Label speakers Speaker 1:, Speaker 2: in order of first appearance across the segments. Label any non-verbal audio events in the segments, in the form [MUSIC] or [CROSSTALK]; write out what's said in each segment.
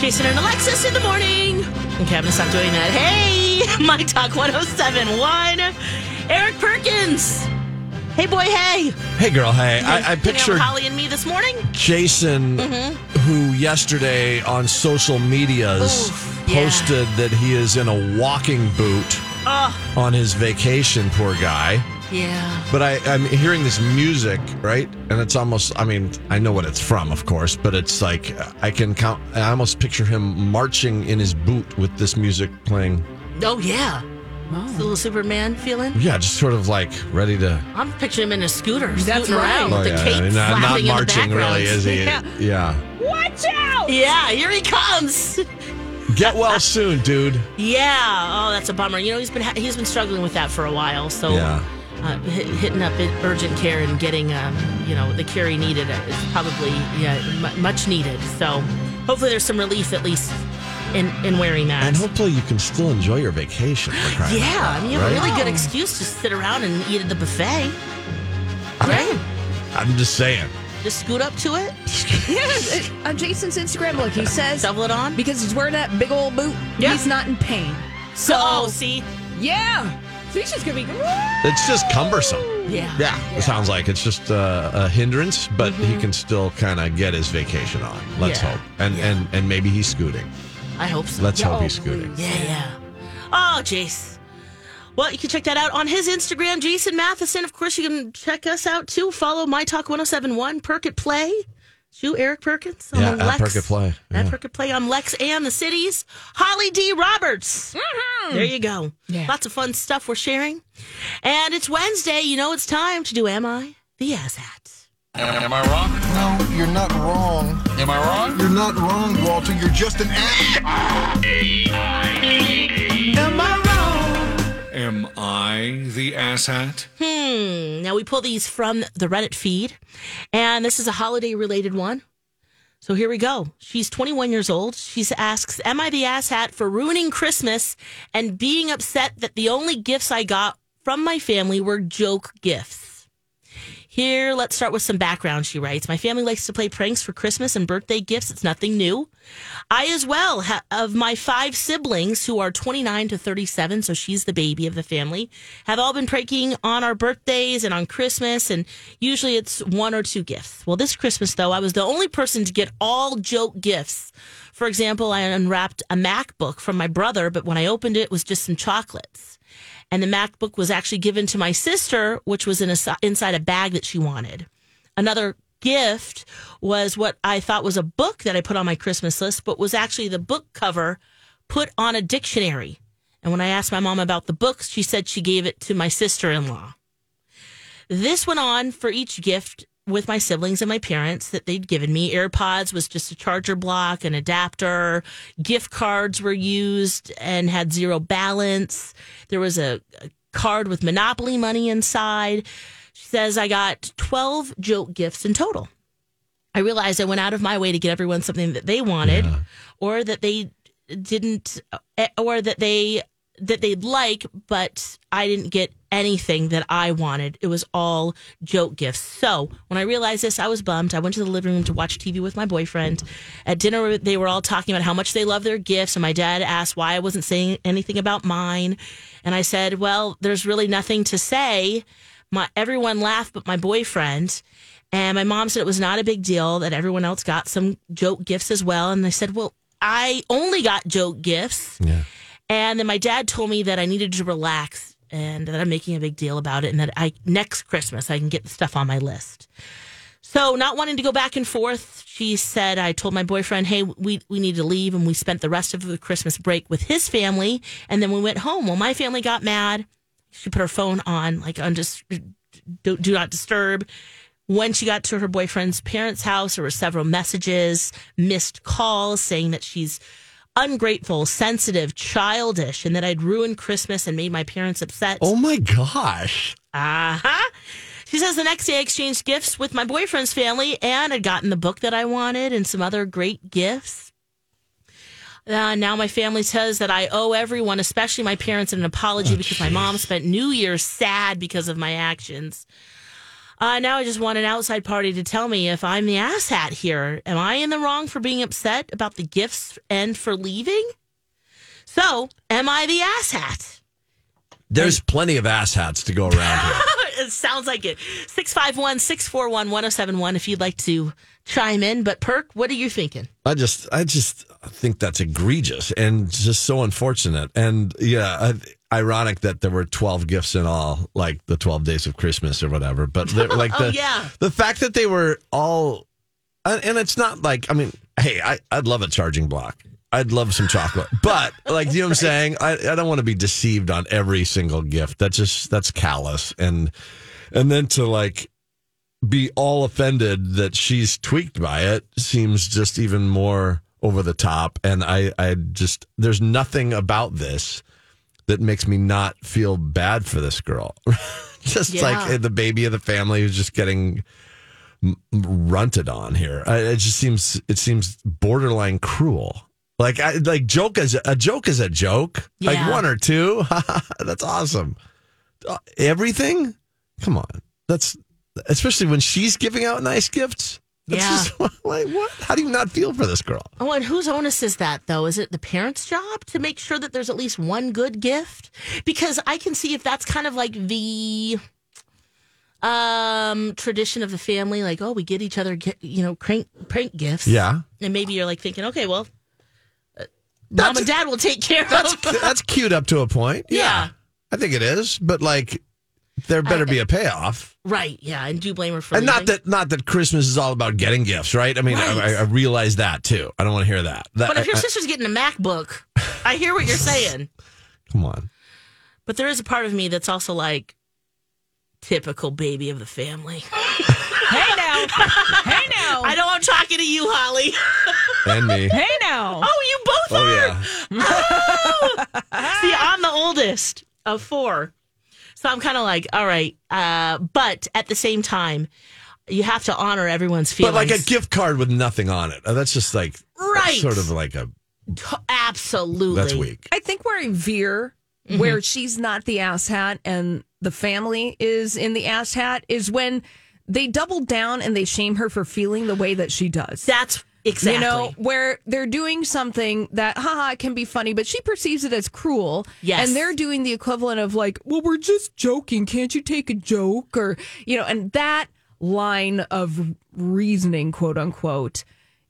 Speaker 1: Jason and Alexis in the morning. Okay, I'm gonna stop doing that. Hey, [LAUGHS] My Talk 1071. Eric Perkins. Hey, boy, hey.
Speaker 2: Hey, girl. Hey, I, I
Speaker 1: Hang out with
Speaker 2: pictured
Speaker 1: Holly and me this morning.
Speaker 2: Jason,
Speaker 1: Mm-hmm.
Speaker 2: who yesterday on social medias
Speaker 1: Oof, yeah.
Speaker 2: posted that he is in a walking boot
Speaker 1: Oh,
Speaker 2: on his vacation. Poor guy.
Speaker 1: yeah.
Speaker 2: But I, I'm hearing this music, right? And it's almost, I mean, I know what it's from, of course, but it's like I can count, I almost picture him marching in his boot with this music playing.
Speaker 1: Oh, yeah. It's a little Superman feeling.
Speaker 2: Yeah, just sort of like ready to. oh,
Speaker 1: I'm picturing him in a scooter,
Speaker 3: That's
Speaker 1: scooting around
Speaker 3: right.
Speaker 1: with
Speaker 2: yeah,
Speaker 1: the cape
Speaker 2: not,
Speaker 1: flapping
Speaker 2: not
Speaker 1: in the
Speaker 2: marching, really,
Speaker 1: background. [LAUGHS]
Speaker 2: is he?
Speaker 3: Yeah.
Speaker 2: yeah.
Speaker 3: Watch out!
Speaker 1: Yeah, here he comes.
Speaker 2: Get well soon, dude.
Speaker 1: Yeah. Oh, that's a bummer. You know, he's been ha- he's been struggling with that for a while. So,
Speaker 2: Yeah.
Speaker 1: uh, hit, hitting up in urgent care and getting um, you know the care he needed is probably yeah mu much needed. So, hopefully, there's some relief at least in in wearing that.
Speaker 2: And hopefully you can still enjoy your vacation. for crying out
Speaker 1: yeah,
Speaker 2: loud,
Speaker 1: I mean, you have
Speaker 2: right?
Speaker 1: a really good excuse to sit around and eat at the buffet. Right?
Speaker 2: I'm just saying.
Speaker 1: Just scoot up to it,
Speaker 3: Yeah, on Jason's Instagram, look, he says
Speaker 1: shovel it on.
Speaker 3: because he's wearing that big old boot,
Speaker 1: Yeah.
Speaker 3: he's not in pain.
Speaker 1: So,
Speaker 3: So,
Speaker 1: oh, see,
Speaker 3: yeah. So he's just going to be.
Speaker 2: It's just cumbersome.
Speaker 1: yeah, Mm-hmm.
Speaker 2: Yeah, it sounds like it's just uh, a hindrance, but he can still kind of get his vacation on. Let's
Speaker 1: Yeah.
Speaker 2: hope, and and and maybe he's scooting.
Speaker 1: I hope so.
Speaker 2: Let's
Speaker 3: Yeah,
Speaker 2: hope
Speaker 3: oh,
Speaker 2: he's scooting.
Speaker 3: please.
Speaker 1: Yeah, yeah. Oh, Jace. Well, you can check that out on his Instagram, Jason Matheson. Of course, you can check us out too. Follow My Talk 1071, Perk at Play. It's you, Eric Perkins. I'm
Speaker 2: Yeah,
Speaker 1: on
Speaker 2: at
Speaker 1: Lex.
Speaker 2: Perk at Play,
Speaker 1: At
Speaker 2: yeah.
Speaker 1: Perk at Play. I'm Lex and the cities. Holly D. Roberts. There you go.
Speaker 3: Yeah.
Speaker 1: Lots of fun stuff we're sharing. And it's Wednesday. You know, it's time to do Am I the Ass Hat?
Speaker 4: Am, am I wrong?
Speaker 5: No, you're not wrong.
Speaker 4: Am I wrong?
Speaker 5: You're not wrong, Walter. You're just an ass.
Speaker 4: Am I the asshat?
Speaker 1: Hmm. Now, we pull these from the Reddit feed, and this is a holiday related one. So here we go. She's 21 years old. She asks, Am I the asshat for ruining Christmas and being upset that the only gifts I got from my family were joke gifts? Here, let's start with some background, she writes. My family likes to play pranks for Christmas and birthday gifts. It's nothing new. I, as well, ha- of my five siblings who are 29 to 37, so she's the baby of the family, have all been pranking on our birthdays and on Christmas, and usually it's one or two gifts. Well, this Christmas, though, I was the only person to get all joke gifts. For example, I unwrapped a MacBook from my brother, but when I opened it, it was just some chocolates. And the MacBook was actually given to my sister, which was in a, si- inside a bag that she wanted another gift was what I thought was a book that I put on my Christmas list, but was actually the book cover put on a dictionary. And when I asked my mom about the books, she said she gave it to my sister in law. This went on for each gift with my siblings and my parents that they'd given me. AirPods was just a charger block, an adapter. Gift cards were used and had zero balance. There was a, a card with Monopoly money inside. She says, I got 12 joke gifts in total. I realized I went out of my way to get everyone something that they wanted or that they didn't eh, or that they that they'd like but I didn't get anything that I wanted. It was all joke gifts. So, when I realized this, I was bummed. I went to the living room to watch TV with my boyfriend. At dinner they were all talking about how much they love their gifts and my dad asked why I wasn't saying anything about mine and I said, "Well, there's really nothing to say." my everyone laughed but my boyfriend and my mom said it was not a big deal that everyone else got some joke gifts as well and i said well i only got joke gifts
Speaker 2: Yeah.
Speaker 1: and then my dad told me that i needed to relax and that i'm making a big deal about it and that i next christmas i can get the stuff on my list so not wanting to go back and forth she said i told my boyfriend hey we, we need to leave and we spent the rest of the christmas break with his family and then we went home well my family got mad she put her phone on like on just do, do not disturb when she got to her boyfriend's parents house there were several messages missed calls saying that she's ungrateful sensitive childish and that i'd ruined christmas and made my parents upset
Speaker 2: Oh my gosh.
Speaker 1: uh-huh. She says the next day I exchanged gifts with my boyfriend's family and had gotten the book that I wanted and some other great gifts. Uh, now my family says that I owe everyone, especially my parents, an apology because my mom spent New Year's sad because of my actions. Uh, now I just want an outside party to tell me if I'm the asshat here. Am I in the wrong for being upset about the gifts and for leaving? So, am I the asshat?
Speaker 2: There's plenty of asshats to go around here.
Speaker 1: it sounds like it. 651 641 1071 if you'd like to chime in. But, Perk, what are you thinking?
Speaker 2: I just, I just think that's egregious and just so unfortunate. And yeah, I, ironic that there were twelve gifts in all, like the twelve days of Christmas or whatever.
Speaker 1: [LAUGHS]
Speaker 2: But they're- like
Speaker 1: Oh,
Speaker 2: the
Speaker 1: yeah.
Speaker 2: the fact that they were all, and and it's not like I mean, hey, I, I'd love a charging block. I'd love
Speaker 1: [LAUGHS]
Speaker 2: some chocolate, but like you know what I'm saying, I, I don't want to be deceived on every single gift. That's just that's callous and and then to like be all offended that she's tweaked by it seems just even more over the top and i i just there's nothing about this that makes me not feel bad for this girl [LAUGHS] just
Speaker 1: Yeah.
Speaker 2: like the baby of the family who's just getting m- runted on here I, it just seems it seems borderline cruel like I, like joke is a joke is a joke
Speaker 1: Yeah.
Speaker 2: like one or two [LAUGHS] that's awesome Uh, everything come on that's especially when she's giving out nice gifts. That's
Speaker 1: Yeah.
Speaker 2: just [LAUGHS] like what? How do you not feel for this girl?
Speaker 1: Oh, and whose onus is that, though? Is it the parents' job to make sure that there's at least one good gift? Because I can see if that's kind of like the um tradition of the family like oh we get each other gi- you know crank prank gifts
Speaker 2: Yeah.
Speaker 1: and maybe you're like thinking okay well uh, mom and dad will take care
Speaker 2: That's
Speaker 1: of
Speaker 2: that's cute up to a point. Yeah.
Speaker 1: [LAUGHS] Yeah.
Speaker 2: I think it is, but like there better be a payoff.
Speaker 1: right yeah and do blame her for
Speaker 2: And not
Speaker 1: leaving.
Speaker 2: that not that Christmas is all about getting gifts, right? I mean,
Speaker 1: Right.
Speaker 2: I, I realize that too. I don't want to hear that. that
Speaker 1: But if your
Speaker 2: I- I-
Speaker 1: sister's getting a MacBook, I hear what you're saying.
Speaker 2: come on.
Speaker 1: But there is a part of me that's also like typical baby of the family.
Speaker 3: Oh. Hey now. [LAUGHS] Hey now.
Speaker 1: I know I'm talking to you, Holly. [LAUGHS]
Speaker 2: And me.
Speaker 3: hey now.
Speaker 1: Oh, you both
Speaker 2: Oh
Speaker 1: are.
Speaker 2: yeah.
Speaker 1: See, I'm the oldest of four. So I'm kind of like, all right. Uh, but at the same time, you have to honor everyone's
Speaker 2: But
Speaker 1: feelings.
Speaker 2: like a gift card with nothing on it. Uh, That's just like
Speaker 1: Right.
Speaker 2: sort of like a
Speaker 1: Absolutely.
Speaker 2: that's weak.
Speaker 3: I think we're in Veer, where she's not the ass hat and the family is in the ass hat, is when they double down and they shame her for feeling the way that she does.
Speaker 1: That's exactly.
Speaker 3: You know, where they're doing something that, haha, can be funny, but she perceives it as cruel.
Speaker 1: Yes.
Speaker 3: And they're doing the equivalent of, like, well, we're just joking. Can't you take a joke? Or, you know, and that line of reasoning, quote unquote,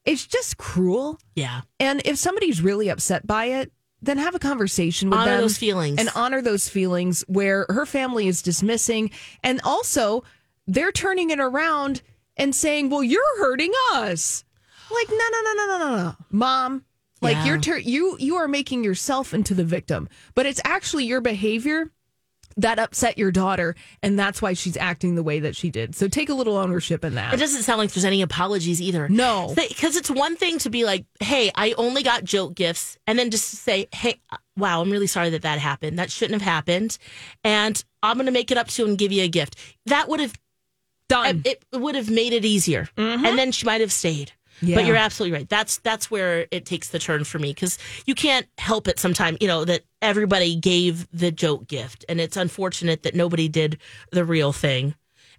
Speaker 3: is just cruel.
Speaker 1: yeah.
Speaker 3: And if somebody's really upset by it, then have a conversation with
Speaker 1: Honor
Speaker 3: them.
Speaker 1: those feelings.
Speaker 3: And honor those feelings where her family is dismissing. And also, they're turning it around and saying, well, you're hurting us. Like, no, no, no, no, no, no, no. Mom, like
Speaker 1: Yeah.
Speaker 3: you're tur- you you are making yourself into the victim. But it's actually your behavior that upset your daughter, and that's why she's acting the way that she did. So take a little ownership in that.
Speaker 1: It doesn't sound like there's any apologies either.
Speaker 3: No.
Speaker 1: Because it's one thing to be like, hey, I only got joke gifts. And then just say, hey, uh, wow, I'm really sorry that that happened. That shouldn't have happened. And I'm going to make it up to you and give you a gift. That would have
Speaker 3: Done. Mm-hmm.
Speaker 1: it would have made it easier. And then she might have stayed.
Speaker 3: Yeah.
Speaker 1: But you're absolutely right. That's that's where it takes the turn for me because you can't help it sometimes, you know, that everybody gave the joke gift. And it's unfortunate that nobody did the real thing.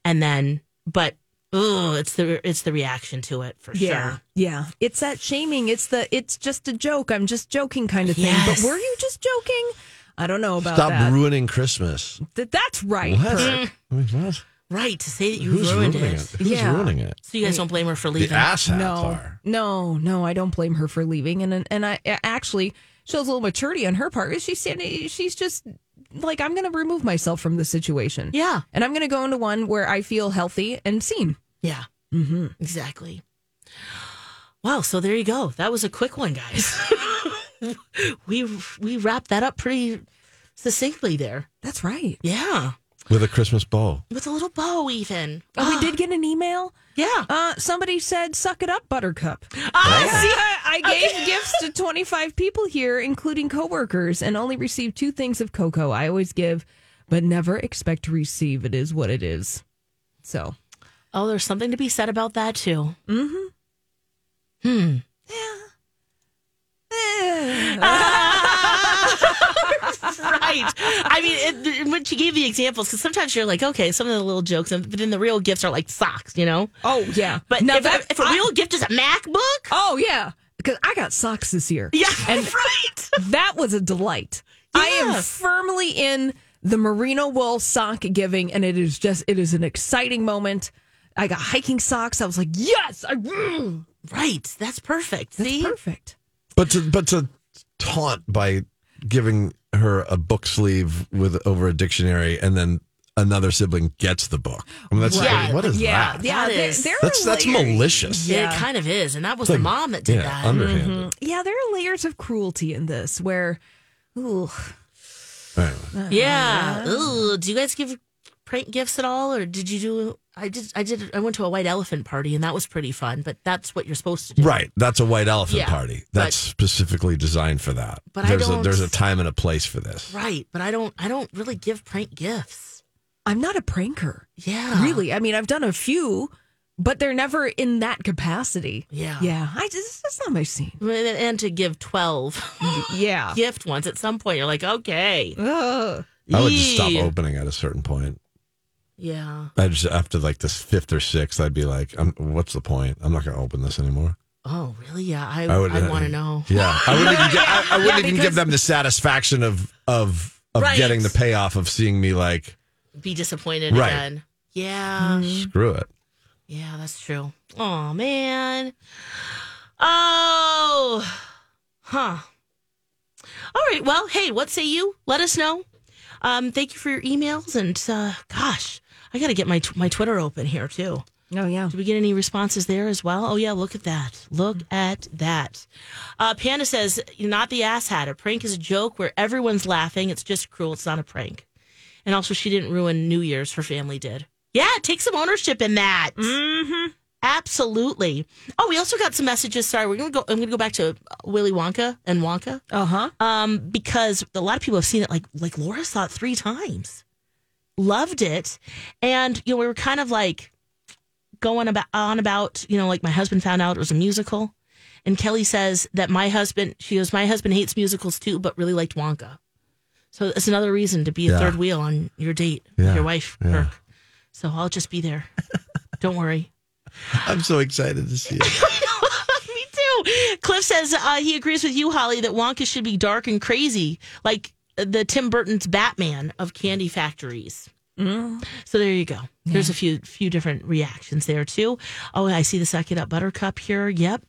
Speaker 1: And then but ugh, it's the it's the reaction to it for
Speaker 3: Yeah.
Speaker 1: sure.
Speaker 3: Yeah. It's that shaming. It's the it's just a joke. I'm just joking kind of thing.
Speaker 1: Yes.
Speaker 3: But were you just joking? I don't know about
Speaker 2: Stop
Speaker 3: that.
Speaker 2: ruining Christmas.
Speaker 3: Th- that's right.
Speaker 2: What?
Speaker 3: Perk.
Speaker 2: I mean, what?
Speaker 1: Right. To say that you
Speaker 2: Who's
Speaker 1: ruined
Speaker 2: ruining
Speaker 1: it.
Speaker 2: it? Who's
Speaker 3: Yeah.
Speaker 2: ruining it?
Speaker 1: So you guys don't blame her for
Speaker 2: The
Speaker 1: leaving.
Speaker 2: asshats
Speaker 3: No.
Speaker 2: are.
Speaker 3: No, no, I don't blame her for leaving. And and I it actually shows a little maturity on her part. 'cause She's standing she's just like, I'm gonna remove myself from the situation.
Speaker 1: Yeah.
Speaker 3: And I'm gonna go into one where I feel healthy and seen.
Speaker 1: Yeah. Mm-hmm. Exactly. Wow. So there you go. That was a quick one, guys. [LAUGHS] we we wrapped that up pretty succinctly there.
Speaker 3: That's right.
Speaker 1: Yeah.
Speaker 2: With a Christmas bow.
Speaker 1: With a little bow, even.
Speaker 3: Oh, we
Speaker 1: [GASPS]
Speaker 3: did get an email.
Speaker 1: Yeah.
Speaker 3: Uh, somebody said, "Suck it up,
Speaker 1: [GASPS]
Speaker 3: Buttercup."
Speaker 1: [LAUGHS] Ah, see?
Speaker 3: I, I gave gifts to 25 people here, including coworkers, and only received two things of cocoa. I always give, but never expect to receive. It is what it is. So,
Speaker 1: Oh, there's something to be said about that too. [LAUGHS]
Speaker 3: Oh, eh,
Speaker 1: right. I mean, it, when she gave the examples, because sometimes you're like, okay, some of the little jokes, but then the real gifts are like socks, you know?
Speaker 3: Oh yeah,
Speaker 1: But
Speaker 3: No,
Speaker 1: if,
Speaker 3: that-
Speaker 1: if a
Speaker 3: I-
Speaker 1: real gift is a MacBook,
Speaker 3: Oh yeah, because I got socks this year.
Speaker 1: [LAUGHS] yeah,
Speaker 3: and
Speaker 1: right.
Speaker 3: that was a delight. I
Speaker 1: Yeah.
Speaker 3: am firmly in the merino wool sock giving, and it is just it is an exciting moment. I got hiking socks. I was like, yes, I, mm,
Speaker 1: Right. That's perfect.
Speaker 3: that's
Speaker 1: See?
Speaker 3: perfect.
Speaker 2: But to but to taunt by giving her a book sleeve with over a dictionary, and then another sibling gets the book. I mean, that's
Speaker 1: Right.
Speaker 2: what is
Speaker 3: Yeah,
Speaker 2: that?
Speaker 3: yeah,
Speaker 1: That
Speaker 3: they're,
Speaker 1: is-
Speaker 3: they're
Speaker 2: That's that's
Speaker 3: layers.
Speaker 2: malicious.
Speaker 1: Yeah,
Speaker 3: Yeah.
Speaker 1: it kind of is. And that was the mom that Mm-hmm. did
Speaker 2: Yeah,
Speaker 1: that.
Speaker 2: underhanded.
Speaker 3: Yeah, there are layers of cruelty in this where, ooh, uh,
Speaker 2: Anyway.
Speaker 1: Oh, Yeah. Ooh, do you guys give prank gifts at all, or did you do? I did. I did. I went to a white elephant party, and that was pretty fun. But that's what you're supposed to do.
Speaker 2: Right, that's a white elephant
Speaker 1: Yeah,
Speaker 2: party.
Speaker 1: but-
Speaker 2: That's specifically designed for that.
Speaker 1: But I
Speaker 2: there's
Speaker 1: don't-
Speaker 2: a there's a time and a place for this.
Speaker 1: Right. But I don't. I don't really give prank gifts.
Speaker 3: I'm not a pranker.
Speaker 1: Yeah.
Speaker 3: Really, I mean, I've done a few, but they're never in that capacity.
Speaker 1: Yeah.
Speaker 3: Yeah, I just that's not my scene.
Speaker 1: And to give twelve
Speaker 3: Yeah.
Speaker 1: [LAUGHS] gift ones at some point, you're like, okay.
Speaker 3: Ugh.
Speaker 2: I would just stop
Speaker 1: Yee.
Speaker 2: opening at a certain point.
Speaker 1: Yeah.
Speaker 2: I just after like this fifth or sixth, I'd be like, I'm, "What's the point? I'm not going to open this anymore."
Speaker 1: Oh, really? Yeah. I.
Speaker 2: I would- uh,
Speaker 1: I, want to know.
Speaker 2: [LAUGHS] Yeah, I wouldn't, even, gi- I, I wouldn't even give
Speaker 3: because-
Speaker 2: them the satisfaction of of of
Speaker 1: Right.
Speaker 2: getting the payoff of seeing me like
Speaker 1: Be disappointed
Speaker 2: Right.
Speaker 1: again. Yeah.
Speaker 2: screw it.
Speaker 1: Yeah, that's true. Oh man. Oh. Huh. All right. Well, hey, what say you? Let us know. Um, thank you for your emails and uh, gosh, I got to get my tw- my Twitter open here too.
Speaker 3: Oh yeah.
Speaker 1: Did we get any responses there as well? Oh yeah, look at that. Look at that. Uh, Panda says, "You're not the ass hat. A prank is a joke where everyone's laughing. It's just cruel. It's not a prank." And also, she didn't ruin New Year's. Her family did. Yeah, take some ownership in that.
Speaker 3: Mm. Mm-hmm.
Speaker 1: Absolutely. Oh, we also got some messages. Sorry, we're gonna go. I'm gonna go back to uh, Willy Wonka and Wonka
Speaker 3: Uh huh.
Speaker 1: um, because a lot of people have seen it. Like like Laura saw it three times, loved it, and you know we were kind of like going about on about you know like my husband found out it was a musical, and Kelly says that my husband she goes my husband hates musicals too, but really liked Wonka. So it's another reason to be a
Speaker 2: Yeah.
Speaker 1: third wheel on your date with
Speaker 2: Yeah,
Speaker 1: your wife,
Speaker 2: yeah.
Speaker 1: Kirk. So I'll just be there. [LAUGHS] Don't worry.
Speaker 2: I'm so excited to see
Speaker 1: [LAUGHS]
Speaker 2: it.
Speaker 1: Me too. Cliff says uh, he agrees with you, Holly, that Wonka should be dark and crazy, like uh, the Tim Burton's Batman of candy factories. So there you go. There's a few few different reactions there too. Oh, I see the suck it up buttercup here. Yep.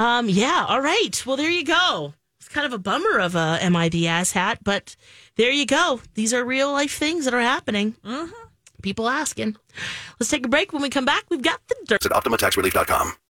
Speaker 1: Um, yeah. All right. Well, there you go. It's kind of a bummer of a MID ass hat, but there you go. These are real life things that are happening. People asking. Let's take a break. When we come back, we've got the dirt.
Speaker 6: at OptimaTaxRelief.com.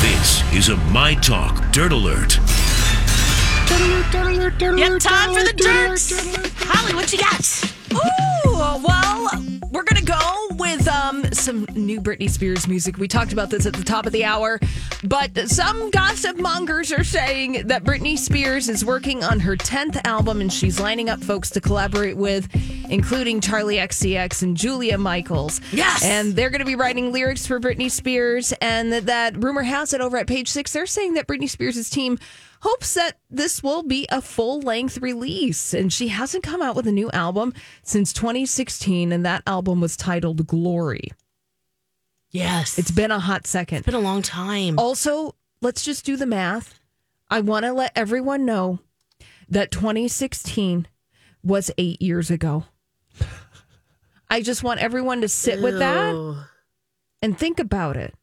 Speaker 7: This is a My Talk Dirt Alert.
Speaker 1: Yep, time for the dirt. Holly, what you got?
Speaker 3: Ooh, well, we're gonna go with um, some new Britney Spears music. We talked about this at the top of the hour, but some gossip mongers are saying that Britney Spears is working on her tenth album, and she's lining up folks to collaborate with, including Charlie XCX and Julia Michaels.
Speaker 1: Yes!
Speaker 3: and they're gonna be writing lyrics for Britney Spears, and that, that rumor has it over at Page Six. They're saying that Britney Spears' team hopes that this will be a full length release. And she hasn't come out with a new album since 2016, and that album was titled Glory.
Speaker 1: Yes. Oh,
Speaker 3: It's been a hot second.
Speaker 1: been a long time.
Speaker 3: Also, let's just do the math. I want to let everyone know that 2016 was eight years ago. I just want everyone to sit with that
Speaker 1: Oh,
Speaker 3: and think about it.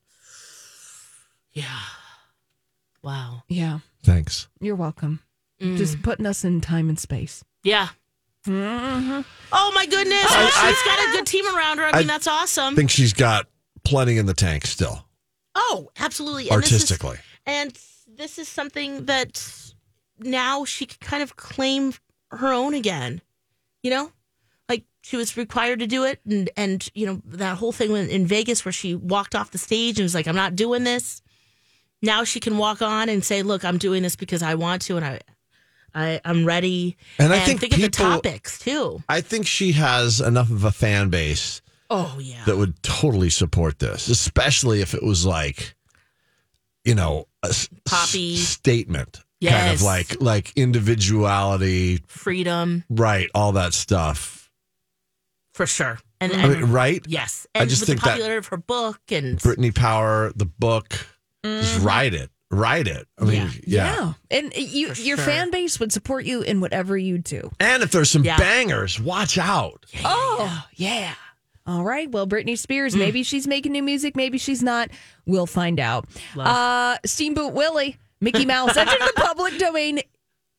Speaker 1: yeah. Wow.
Speaker 3: Yeah,
Speaker 2: Thanks.
Speaker 3: you're welcome. Just putting us in time and space.
Speaker 1: Yeah. Oh my goodness! she's got a good team around her. I mean,
Speaker 2: I
Speaker 1: that's awesome.
Speaker 2: I think she's got plenty in the tank still,
Speaker 1: oh, absolutely. And this is-
Speaker 2: artistically.
Speaker 1: and this is something that now she can kind of claim her own again you know like she was required to do it and and you know that whole thing when, in vegas where she walked off the stage and was like i'm not doing this now she can walk on and say look i'm doing this because i want to and i, I i'm ready
Speaker 2: And I think
Speaker 1: think of the
Speaker 2: people-
Speaker 1: topics too
Speaker 2: I think she has enough of a fan base
Speaker 1: oh yeah
Speaker 2: that would totally support this, especially if it was like, you know, a s-
Speaker 1: Poppy.
Speaker 2: s- statement. Kind
Speaker 1: Yes.
Speaker 2: of like like individuality,
Speaker 1: freedom
Speaker 2: right? All that stuff,
Speaker 1: for sure and,
Speaker 2: I
Speaker 1: and
Speaker 2: mean, right?
Speaker 1: yes
Speaker 2: I
Speaker 1: and
Speaker 2: just
Speaker 1: with
Speaker 2: think
Speaker 1: the
Speaker 2: that-
Speaker 1: popularity of her book and
Speaker 2: Brittany Power, the book, just write it, write it. I mean,
Speaker 1: Mm-hmm. Yeah.
Speaker 2: yeah.
Speaker 3: and you,
Speaker 1: For
Speaker 3: your
Speaker 1: sure.
Speaker 3: fan base would support you in whatever you do.
Speaker 2: And if there's some
Speaker 1: Yeah.
Speaker 2: bangers, watch out.
Speaker 3: Oh, yeah. All right. Well, Britney Spears,
Speaker 1: Mm.
Speaker 3: maybe she's making new music, maybe she's not. We'll find out. Uh, Steamboat Willie, Mickey Mouse, entered the public domain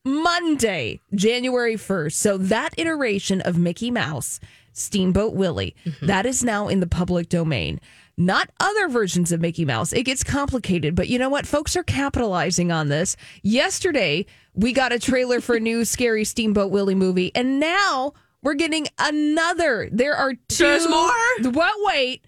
Speaker 3: Monday, January 1st. So that iteration of Mickey Mouse, Steamboat Willie,
Speaker 1: Mm-hmm.
Speaker 3: that is now in the public domain. Not other versions of Mickey Mouse. It gets complicated, but you know what? Folks are capitalizing on this. Yesterday, we got a trailer for
Speaker 1: [LAUGHS]
Speaker 3: a new scary Steamboat Willie movie, and now we're getting another. There are two.
Speaker 1: There's more?
Speaker 3: What? Wait.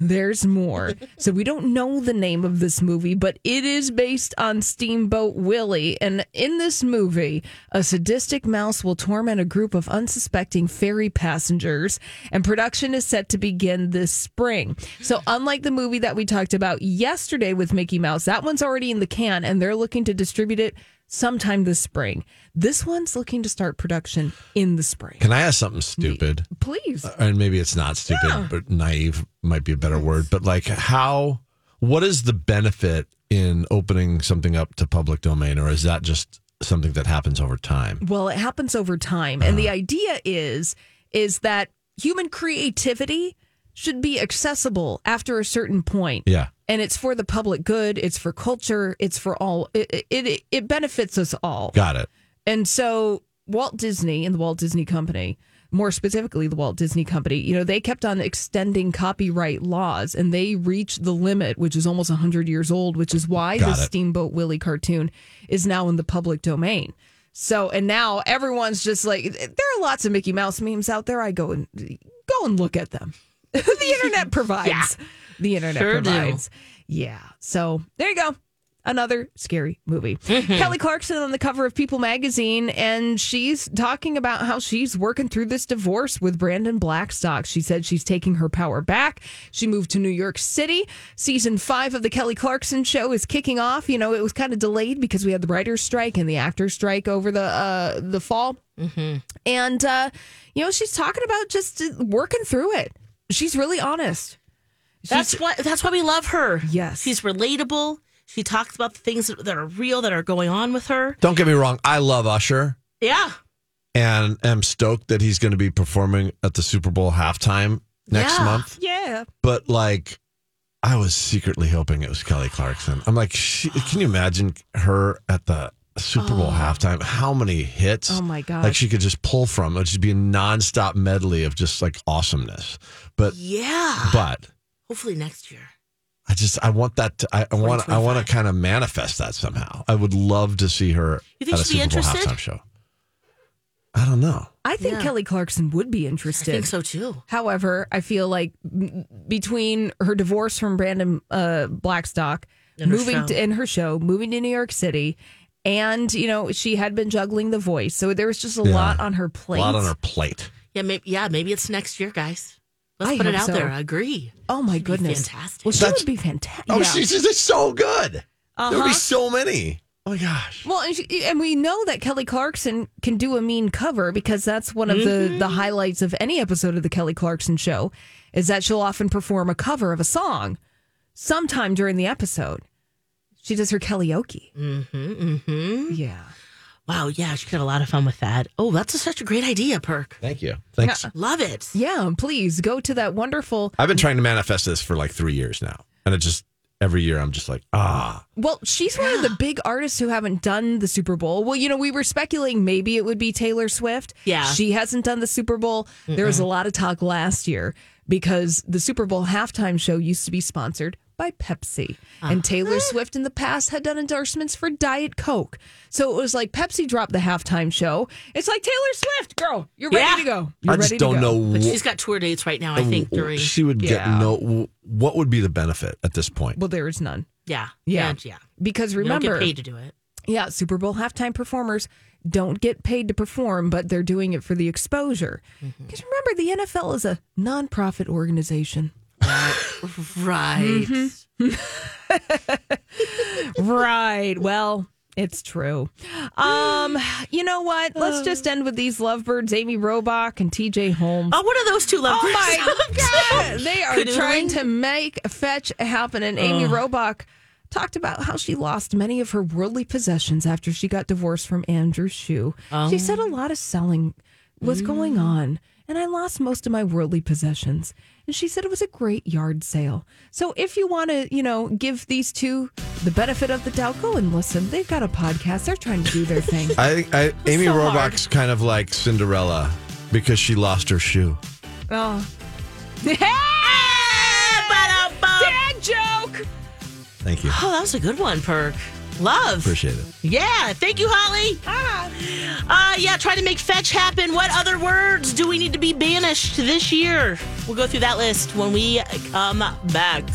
Speaker 3: There's more. So we don't know the name of this movie, but it is based on Steamboat Willie. And in this movie, a sadistic mouse will torment a group of unsuspecting ferry passengers, and production is set to begin this spring. So unlike the movie that we talked about yesterday with Mickey Mouse, that one's already in the can and they're looking to distribute it sometime this spring. This one's looking to start production in the spring.
Speaker 2: Can I ask something stupid?
Speaker 3: Please.
Speaker 2: and maybe it's not stupid, but naive might be a better word. But like, how? What is the benefit in opening something up to public domain, or is that just something that happens over time?
Speaker 3: Well, it happens over time, and the idea is is that human creativity should be accessible after a certain point.
Speaker 2: Yeah,
Speaker 3: And it's for the public good, it's for culture, it's for all it it, it benefits us all.
Speaker 2: got it.
Speaker 3: And so Walt Disney and the Walt Disney Company, more specifically the Walt Disney Company, you know, they kept on extending copyright laws and they reached the limit, which is almost 100 years old, which is why
Speaker 2: Got
Speaker 3: the
Speaker 2: it.
Speaker 3: Steamboat Willie cartoon is now in the public domain. So, and now everyone's just like, there are lots of Mickey Mouse memes out there. I go and go and look at them. [LAUGHS] the internet provides. The internet
Speaker 1: Sure do.
Speaker 3: provides. Yeah. So there you go. Another scary movie.
Speaker 1: Mm-hmm.
Speaker 3: Kelly Clarkson on the cover of People magazine, and she's talking about how she's working through this divorce with Brandon Blackstock. She said she's taking her power back. She moved to New York City. Season five of the Kelly Clarkson show is kicking off. You know, it was kind of delayed because we had the writer's strike and the actor's strike over the uh, the fall. And, uh, you know, she's talking about just uh, working through it. She's really honest.
Speaker 1: That's why. That's why we love her.
Speaker 3: Yes.
Speaker 1: she's relatable. She talks about the things that that are real that are going on with her.
Speaker 2: Don't get me wrong. I love Usher,
Speaker 1: Yeah,
Speaker 2: and am stoked that he's going to be performing at the Super Bowl halftime next
Speaker 1: Yeah.
Speaker 2: month.
Speaker 3: Yeah.
Speaker 2: But like, I was secretly hoping it was Kelly Clarkson. I'm like, she, can you imagine her at the Super Bowl halftime? How many hits?
Speaker 3: Oh my gosh.
Speaker 2: like she could just pull from. It would just be a nonstop medley of just like awesomeness. But
Speaker 1: yeah.
Speaker 2: but
Speaker 1: Hopefully next year.
Speaker 2: I just I want that to, I, I want I want to kind of manifest that somehow. I would love to see her
Speaker 1: You think
Speaker 2: at a
Speaker 1: she'd be
Speaker 2: Super Bowl
Speaker 1: interested?
Speaker 2: halftime show. I don't know.
Speaker 3: I think
Speaker 1: Yeah.
Speaker 3: Kelly Clarkson would be interested.
Speaker 1: I think so too.
Speaker 3: However, I feel like m- between her divorce from Brandon uh, Blackstock,
Speaker 1: And her
Speaker 3: moving
Speaker 1: show.
Speaker 3: to, in her show, moving to New York City, and you know she had been juggling The Voice, so there was just a
Speaker 2: Yeah.
Speaker 3: lot on her plate.
Speaker 2: A lot on her plate.
Speaker 1: Yeah, maybe. Yeah, maybe it's next year, guys. Let's
Speaker 3: I
Speaker 1: put it
Speaker 3: hope
Speaker 1: out
Speaker 3: so.
Speaker 1: there. I agree.
Speaker 3: Oh my
Speaker 1: She'd be
Speaker 3: goodness!
Speaker 1: fantastic.
Speaker 3: Well, she
Speaker 2: That's-
Speaker 3: would be fantastic.
Speaker 2: Oh, she's just so good. There
Speaker 1: Uh-huh.
Speaker 2: would be so many. Oh my gosh.
Speaker 3: Well, and, she, and we know that Kelly Clarkson can do a mean cover because that's one of the, the highlights of any episode of the Kelly Clarkson show is that she'll often perform a cover of a song sometime during the episode. She does her karaoke. Mm-hmm, mm-hmm. Yeah.
Speaker 1: Wow, yeah, she could have a lot of fun with that. Oh, that's a, such a great idea, Perk.
Speaker 2: Thank you. Thanks.
Speaker 1: Love it.
Speaker 3: Yeah, please go to that wonderful.
Speaker 2: I've been trying to manifest this for like three years now. And it just, every year I'm just like, ah.
Speaker 3: Well, she's one of the big artists who haven't done the Super Bowl. Well, you know, we were speculating maybe it would be Taylor Swift.
Speaker 1: Yeah.
Speaker 3: She hasn't done the Super Bowl. There was a lot of talk last year because the Super Bowl halftime show used to be sponsored by Pepsi.
Speaker 1: Ah.
Speaker 3: And Taylor Swift in the past had done endorsements for Diet Coke. So it was like Pepsi dropped the halftime show. It's like Taylor Swift, girl, you're ready
Speaker 1: Yeah.
Speaker 3: to go. You're
Speaker 2: I just
Speaker 3: ready to
Speaker 2: don't know
Speaker 3: go.
Speaker 1: But
Speaker 2: wh-
Speaker 1: she's got tour dates right
Speaker 3: Oh,
Speaker 1: now, I think, during.
Speaker 2: she would
Speaker 3: Yeah.
Speaker 2: get no. What would be the benefit at this point?
Speaker 3: Well, there is none.
Speaker 1: Yeah.
Speaker 3: Yeah.
Speaker 1: Yeah. yeah.
Speaker 3: Because
Speaker 1: You don't
Speaker 3: remember,
Speaker 1: get paid to do it.
Speaker 3: Yeah, Super Bowl halftime performers don't get paid to perform, but they're doing it for the exposure. Because remember, the NFL is a nonprofit organization.
Speaker 1: Right.
Speaker 3: Mm-hmm. right. Well, it's true. [GASPS] Um, you know what? Let's just end with these lovebirds, Amy Robach and TJ Holmes.
Speaker 1: Oh, what are those two lovers?
Speaker 3: Oh
Speaker 1: [LAUGHS]
Speaker 3: my God. They are
Speaker 1: Canoodling?
Speaker 3: trying to make a fetch happen. And Amy Robach talked about how she lost many of her worldly possessions after she got divorced from Andrew Shue. She said a lot of selling was going on. And I lost most of my worldly possessions. And she said it was a great yard sale. So if you want to, you know, give these two the benefit of the doubt, go and listen. They've got a podcast. They're trying to do their thing.
Speaker 2: I think I, Amy
Speaker 1: so hard.
Speaker 2: Robach's kind of like Cinderella because she lost her shoe.
Speaker 3: oh.
Speaker 1: Ba-da-bum.
Speaker 3: Dad joke!
Speaker 1: [GASPS]
Speaker 2: Thank you.
Speaker 1: Oh, that was a good one, Perk. Love.
Speaker 2: Appreciate it.
Speaker 1: Yeah. Thank you, Holly. Uh, yeah, try to make fetch happen. What other words do we need to be banished this year? We'll go through that list when we come back.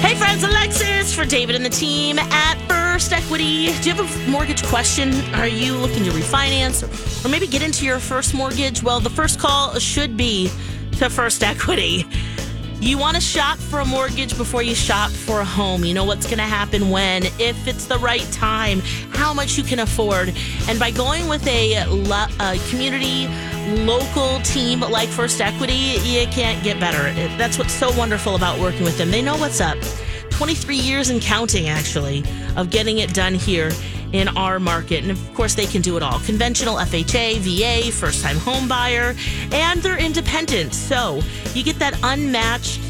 Speaker 1: Hey, friends, Alexis for David and the team at First Equity. Do you have a mortgage question? Are you looking to refinance or maybe get into your first mortgage? Well, the first call should be to First Equity. You want to shop for a mortgage before you shop for a home. You know what's going to happen when, if it's the right time, how much you can afford. And by going with a, lo- a community local team like First Equity, you can't get better. It- That's what's so wonderful about working with them. They know what's up. 23 years and counting, actually, of getting it done here in our market. And of course, they can do it all conventional, FHA, VA, first time home buyer, and they're independent. So you get that unmatched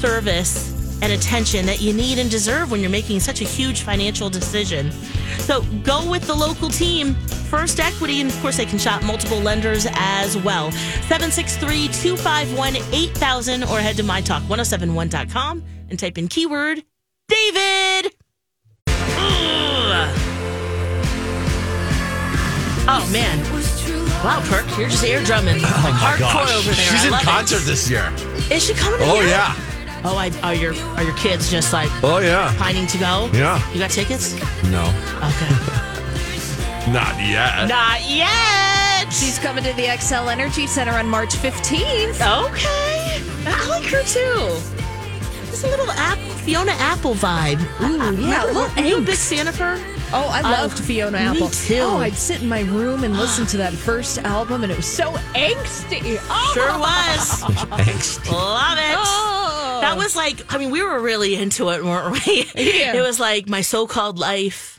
Speaker 1: service and attention that you need and deserve when you're making such a huge financial decision. So go with the local team, First Equity, and of course, they can shop multiple lenders as well. 763 251 8000 or head to mytalk1071.com and type in keyword David. Ugh. Oh man. Wow, Perk, you're just air drumming. like hardcore over there.
Speaker 2: Oh, She's
Speaker 1: I
Speaker 2: in
Speaker 1: love it.
Speaker 2: concert this year.
Speaker 1: Is she coming?
Speaker 2: Oh
Speaker 1: again?
Speaker 2: yeah.
Speaker 1: Oh, I, are your are your kids just like
Speaker 2: Oh yeah.
Speaker 1: pining to go?
Speaker 2: Yeah.
Speaker 1: You got tickets?
Speaker 2: No, [LAUGHS]
Speaker 1: Okay.
Speaker 2: not yet.
Speaker 1: Not yet.
Speaker 3: She's coming to the XL Energy Center on March 15th.
Speaker 1: okay. I like her too. It's a little Apple, Fiona Apple vibe. Ooh,
Speaker 3: yeah, a little
Speaker 1: Are you a big fan of her?
Speaker 3: Oh, I loved Fiona
Speaker 1: Um, me
Speaker 3: Apple.
Speaker 1: too.
Speaker 3: Oh, I'd sit in my room and listen to that first album, and it was so angsty. Oh,
Speaker 1: Sure was.
Speaker 2: [LAUGHS] Angst.
Speaker 1: Love it.
Speaker 3: Oh.
Speaker 1: That was like, I mean, we were really into it, weren't we?
Speaker 3: Yeah.
Speaker 1: [LAUGHS] It was like my so-called life.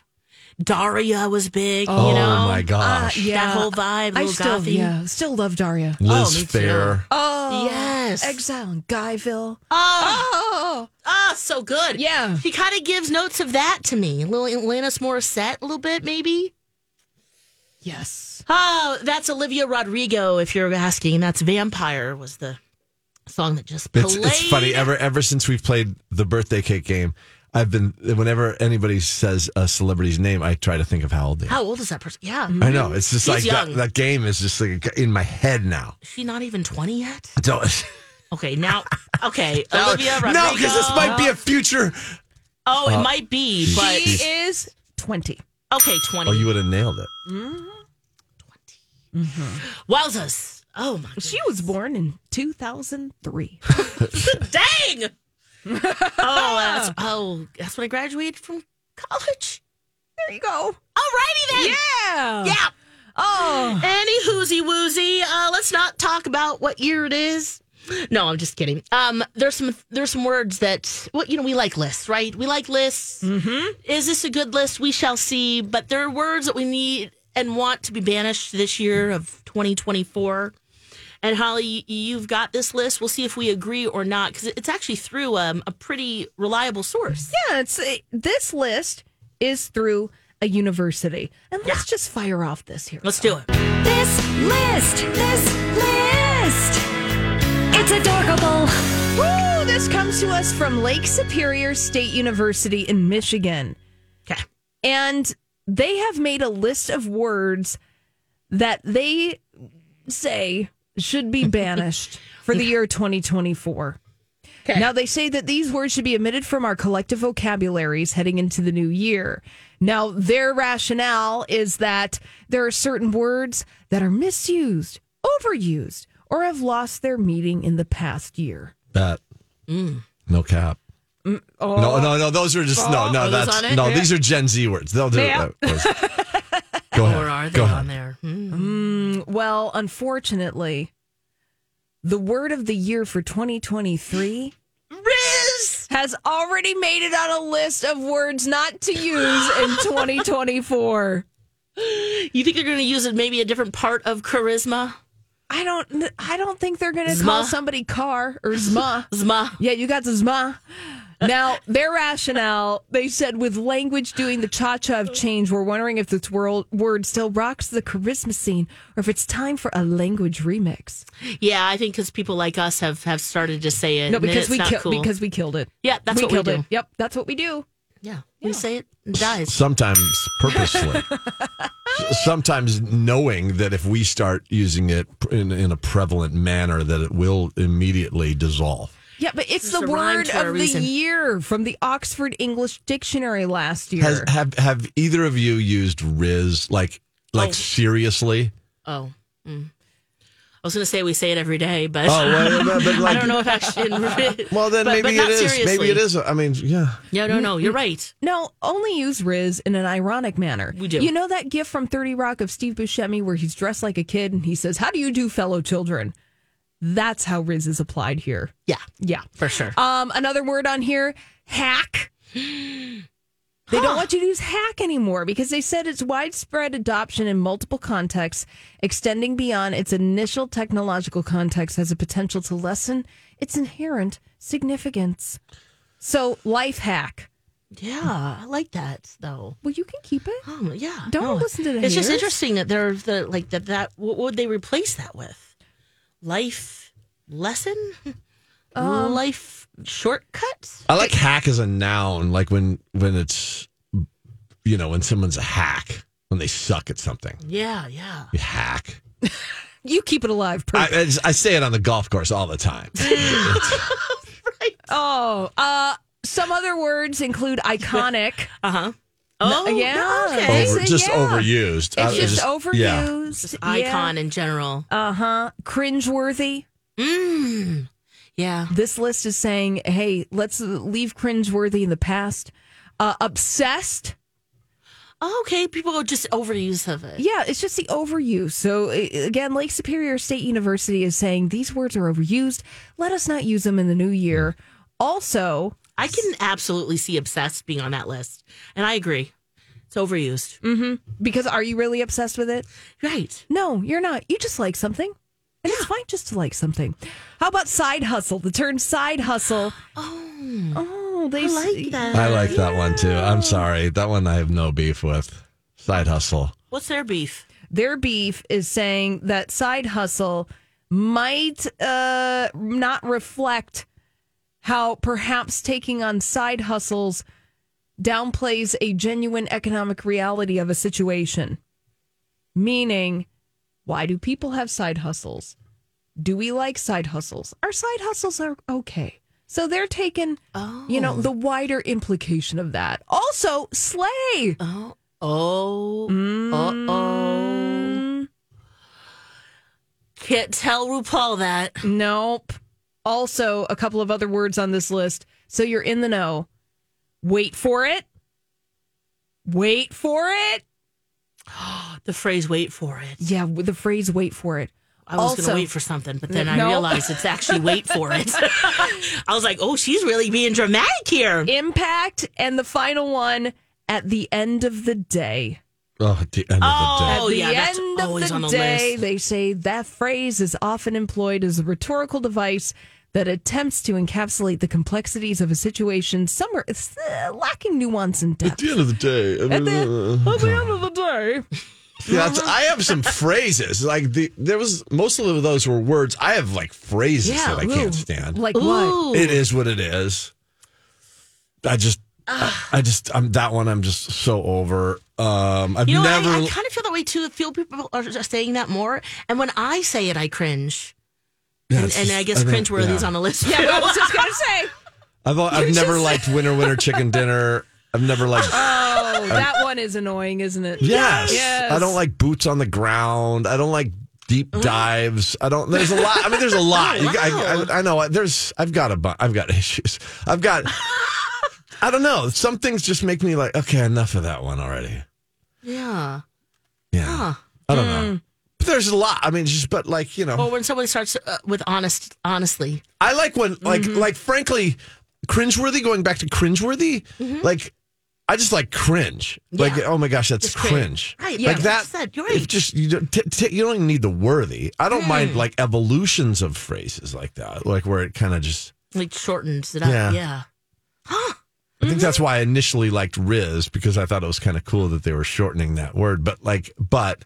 Speaker 1: Daria was big.
Speaker 2: Oh
Speaker 1: you know?
Speaker 2: my
Speaker 3: Uh,
Speaker 2: gosh.
Speaker 3: yeah.
Speaker 1: whole vibe,
Speaker 3: I
Speaker 1: little
Speaker 3: still,
Speaker 1: gothy.
Speaker 3: yeah, still love Daria.
Speaker 1: oh, me
Speaker 2: Liz
Speaker 1: too.
Speaker 2: Fair.
Speaker 3: Oh,
Speaker 1: Yes.
Speaker 3: Exile in Guyville.
Speaker 1: Oh,
Speaker 3: Oh,
Speaker 1: Ah, so good.
Speaker 3: Yeah.
Speaker 1: She kind of gives notes of that to me. A little Alanis Morissette, a little bit, maybe.
Speaker 3: yes.
Speaker 1: Oh, that's Olivia Rodrigo, if you're asking. That's Vampire was the song that just played.
Speaker 2: It's, it's funny. Ever ever since we've played the birthday cake game, I've been whenever anybody says a celebrity's name, I try to think of how old they are.
Speaker 1: How old is that person? Yeah.
Speaker 2: I know. It's just
Speaker 1: He's
Speaker 2: like that,
Speaker 1: young.
Speaker 2: that game is just like in my head now.
Speaker 1: Is she not even 20 yet?
Speaker 2: So,
Speaker 1: Okay,
Speaker 2: [LAUGHS]
Speaker 1: now, okay.
Speaker 2: no,
Speaker 1: Olivia
Speaker 2: because
Speaker 1: Rodrigo.
Speaker 2: this might be Uh, a future.
Speaker 1: Oh, it might be, but.
Speaker 3: She is 20.
Speaker 1: Okay, 20.
Speaker 2: Oh, you would have nailed it.
Speaker 1: Wowzers. Oh, my
Speaker 3: She was born in 2003.
Speaker 1: Dang! [LAUGHS] oh, that's, oh, that's when I graduated from college.
Speaker 3: there you go.
Speaker 1: Alrighty then.
Speaker 3: Yeah.
Speaker 1: Yeah.
Speaker 3: Oh,
Speaker 1: Any hoozy woozy. Uh, let's not talk about what year it is. No, I'm just kidding. Um, there's some there's some words that well, you know, we like lists, right? We like lists. Mm-hmm. Is this a good list? We shall see. But there are words that we need and want to be banished this year of 2024. And Holly, you've got this list. We'll see if we agree or not because it's actually through um, a pretty reliable source.
Speaker 3: Yeah, it's it, this list is through a university, and let's just fire off this here.
Speaker 1: Let's do it.
Speaker 6: This list, this list. It's adorable.
Speaker 3: Woo! This comes to us from Lake Superior State University in Michigan.
Speaker 1: Okay.
Speaker 3: And they have made a list of words that they say
Speaker 6: [LAUGHS]
Speaker 3: should be banished for the year 2024. Now, they say that these words should be omitted from our collective vocabularies heading into the new year. Now, their rationale is that there are certain words that are misused, overused, or have lost their meaning in the past year.
Speaker 2: That.
Speaker 1: Mm.
Speaker 2: No cap. No, no, no. Those are just no, no.
Speaker 1: Are Mm, oh. those on
Speaker 2: that's
Speaker 1: it?
Speaker 2: no.
Speaker 1: Yeah.
Speaker 2: These are Gen Z words. They'll do
Speaker 3: Yeah.
Speaker 2: that. words.
Speaker 1: [LAUGHS]
Speaker 2: Go ahead.
Speaker 1: Or are they
Speaker 2: Go ahead.
Speaker 1: on there? Hmm.
Speaker 3: Well, unfortunately, the word of the year for 2023
Speaker 1: Riz.
Speaker 3: has already made it on a list of words not to use in [LAUGHS] 2024.
Speaker 1: You think they're going to use it maybe a differn part of charisma?
Speaker 3: I don't I don't think they're going to
Speaker 1: Zma.
Speaker 3: call somebody car or zma.
Speaker 1: Zma.
Speaker 3: yeah, you got the zma. Now, their rationale, they said with language doing the cha-cha of change, we're wondering if this world word still rocks the charisma scene or if it's time for a language remix.
Speaker 1: Yeah, I think because people like us have have started to say it. and
Speaker 3: No,
Speaker 1: then
Speaker 3: because
Speaker 1: it's
Speaker 3: we
Speaker 1: not
Speaker 3: ki-
Speaker 1: cool.
Speaker 3: because we killed it.
Speaker 1: Yeah, that's
Speaker 3: we
Speaker 1: what we
Speaker 3: killed
Speaker 1: do.
Speaker 3: it. Yep, that's what we do.
Speaker 1: yeah, we say it and it dies.
Speaker 2: sometimes
Speaker 1: [LAUGHS]
Speaker 2: purposely. S- sometimes knowing that if we start using it in, in a prevalent manner, that it will immediately dissolve.
Speaker 3: Yeah, but it's
Speaker 1: There's
Speaker 3: the
Speaker 1: a rhyme
Speaker 3: word
Speaker 1: to a
Speaker 3: of the
Speaker 1: reason.
Speaker 3: year from the Oxford English Dictionary last year.
Speaker 2: Has, have have either of you used Riz like like
Speaker 1: Oh. [LAUGHS]
Speaker 2: seriously?
Speaker 1: Oh. mm. I was going to say we say it every day, but,
Speaker 2: Oh, well, but- but like-
Speaker 1: [LAUGHS] I don't know if actually. [LAUGHS]
Speaker 2: Well, then
Speaker 1: but, but
Speaker 2: maybe
Speaker 1: not
Speaker 2: it is.
Speaker 1: seriously.
Speaker 2: Maybe it is. I mean, yeah.
Speaker 1: No, no, no. You're right.
Speaker 3: no, only use Riz in an ironic manner.
Speaker 1: We do.
Speaker 3: You know that gif from 30 Rock of Steve Buscemi where he's dressed like a kid and he says, How do you do, fellow children? That's how Riz is applied here.
Speaker 1: Yeah,
Speaker 3: Yeah.
Speaker 1: for sure.
Speaker 3: Um, another word on here,
Speaker 1: [GASPS]
Speaker 3: hack. They don't want you to use hack anymore because they said its widespread adoption in multiple contexts, extending beyond its initial technological context, has a potential to lessen its inherent significance. So, life hack.
Speaker 1: yeah, I like that though.
Speaker 3: Well, you can keep it.
Speaker 1: Um, yeah,
Speaker 3: Don't listen to the
Speaker 1: It's just
Speaker 3: haters.
Speaker 1: interesting that they're the like that. That what would they replace that with? Life
Speaker 3: [LAUGHS]
Speaker 1: lesson,
Speaker 3: Um,
Speaker 1: life shortcut.
Speaker 2: I like hack as a noun. Like when when it's you know when someone's a hack when they suck at something.
Speaker 1: Yeah, yeah.
Speaker 2: You hack.
Speaker 3: You keep it alive.
Speaker 2: I,
Speaker 3: Perfect.
Speaker 2: I, just- I say it on the golf course all the
Speaker 3: [LAUGHS]
Speaker 2: time.
Speaker 3: oh, uh, some other words include
Speaker 2: [LAUGHS]
Speaker 3: iconic.
Speaker 1: Uh huh. Oh,
Speaker 3: Uh-huh. yeah.
Speaker 1: Okay.
Speaker 2: Over,
Speaker 3: say
Speaker 2: just
Speaker 3: yeah.
Speaker 2: overused. I-
Speaker 3: It's just, overused.
Speaker 2: Yeah.
Speaker 1: Just icon in general.
Speaker 3: Uh huh. Cringeworthy.
Speaker 1: Mm. Yeah.
Speaker 3: this list is saying, hey, let's leave cringeworthy in the past. Uh, obsessed.
Speaker 1: Oh, okay. People are just overuse of it.
Speaker 3: Yeah, it's just the overuse. So i- again, Lake Superior State University is saying these words are overused. Let us not use them in the new year. Also,
Speaker 1: I can absolutely see obsessed being on that list, and I agree. It's overused.
Speaker 3: Mm. because are you really obsessed with it?
Speaker 1: Right.
Speaker 3: No, you're not. You just like something. And it's fine just to like something. How about side hustle? The term side hustle.
Speaker 1: Oh,
Speaker 3: Oh, they
Speaker 1: I like that.
Speaker 2: I like that one too. I'm sorry. That one I have no beef with. Side hustle.
Speaker 1: What's their beef?
Speaker 3: their beef is saying that side hustle might uh, not reflect how perhaps taking on side hustles downplays a genuine economic reality of a situation. Meaning, why do people have side hustles? Do we like side hustles? Our side hustles are okay. So they're taking, you know, the wider implication of that. Also, slay.
Speaker 1: Oh, oh,
Speaker 3: Mm.
Speaker 1: uh oh. Can't tell RuPaul that.
Speaker 3: Nope. Also, a couple of other words on this list. So you're in the know. Wait for it. Wait for it.
Speaker 1: The phrase "wait for it."
Speaker 3: Yeah, with the phrase wait for it.
Speaker 1: I was
Speaker 3: Also-
Speaker 1: going to wait for something, but then
Speaker 3: No.
Speaker 1: I realized it's actually wait for
Speaker 3: [LAUGHS]
Speaker 1: it. I was like, oh, she's really being dramatic here.
Speaker 3: Impact and the final one at the end of the day.
Speaker 2: Oh, at the end of the day.
Speaker 1: Oh,
Speaker 3: at the
Speaker 1: yeah, that's
Speaker 3: end
Speaker 1: always
Speaker 3: of the,
Speaker 1: on the
Speaker 3: day,
Speaker 1: list.
Speaker 3: they say that phrase is often employed as a rhetorical device that attempts to encapsulate the complexities of a situation, some are it's, uh, lacking nuance and
Speaker 2: At
Speaker 3: depth.
Speaker 2: the end of the day. I
Speaker 3: At
Speaker 2: mean,
Speaker 3: the,
Speaker 2: uh,
Speaker 3: at the end of the day,
Speaker 2: yeah, that's- I have some phrases. Like the there was most of those were words. I have like phrases
Speaker 1: Yeah,
Speaker 2: that I
Speaker 1: ooh.
Speaker 2: can't stand.
Speaker 3: like what?
Speaker 1: Ooh.
Speaker 2: it is what it is. I just I, I just I'm that one I'm just so over. Um I've
Speaker 1: You know,
Speaker 2: never
Speaker 1: I, I kind of feel that way too. I feel people are saying that more. And when I say it, I cringe.
Speaker 2: Yeah,
Speaker 1: And,
Speaker 2: it's
Speaker 1: and
Speaker 2: just-
Speaker 1: I guess
Speaker 2: think-
Speaker 1: cringe worthy's
Speaker 2: yeah.
Speaker 1: on the list.
Speaker 3: Yeah,
Speaker 1: too.
Speaker 3: I was just gonna say.
Speaker 2: I've al- I've never liked winter winter chicken dinner. I've never liked
Speaker 3: Oh, [LAUGHS] that one is annoying, isn't it?
Speaker 2: Yes.
Speaker 3: Yes.
Speaker 2: I don't like boots on the ground. I don't like deep dives. I don't. There's a lot. I mean, there's a lot. You- I, I, I know. There's. I've got a. bu- I've got [LAUGHS] issues. I've got. I don't know. Some things just make me like, okay, enough of that one already.
Speaker 1: [LAUGHS] yeah.
Speaker 2: Yeah.
Speaker 1: Huh.
Speaker 2: I don't know. But there's a lot. I mean, just but like you know,
Speaker 1: Or when somebody starts uh, with honest, honestly.
Speaker 2: I like when like
Speaker 1: Mm-hmm.
Speaker 2: like frankly, cringeworthy. Going back to cringeworthy,
Speaker 1: Mm-hmm.
Speaker 2: like. I just like cringe. Like, oh my gosh, that's
Speaker 1: Just cringe.
Speaker 2: cringe.
Speaker 1: Right,
Speaker 2: Like
Speaker 1: yeah,
Speaker 2: that.
Speaker 1: you said, you're
Speaker 2: if
Speaker 1: right. Mm.
Speaker 2: Just you don't. T- t- you don't even need the worthy. I don't mind like evolutions of phrases like that. Like where it kind of just.
Speaker 1: Like shortens it up.
Speaker 2: Yeah.
Speaker 1: Yeah.
Speaker 2: I think
Speaker 1: Mm-hmm.
Speaker 2: that's why I initially liked Riz because I thought it was kind of cool that they were shortening that word. But like, but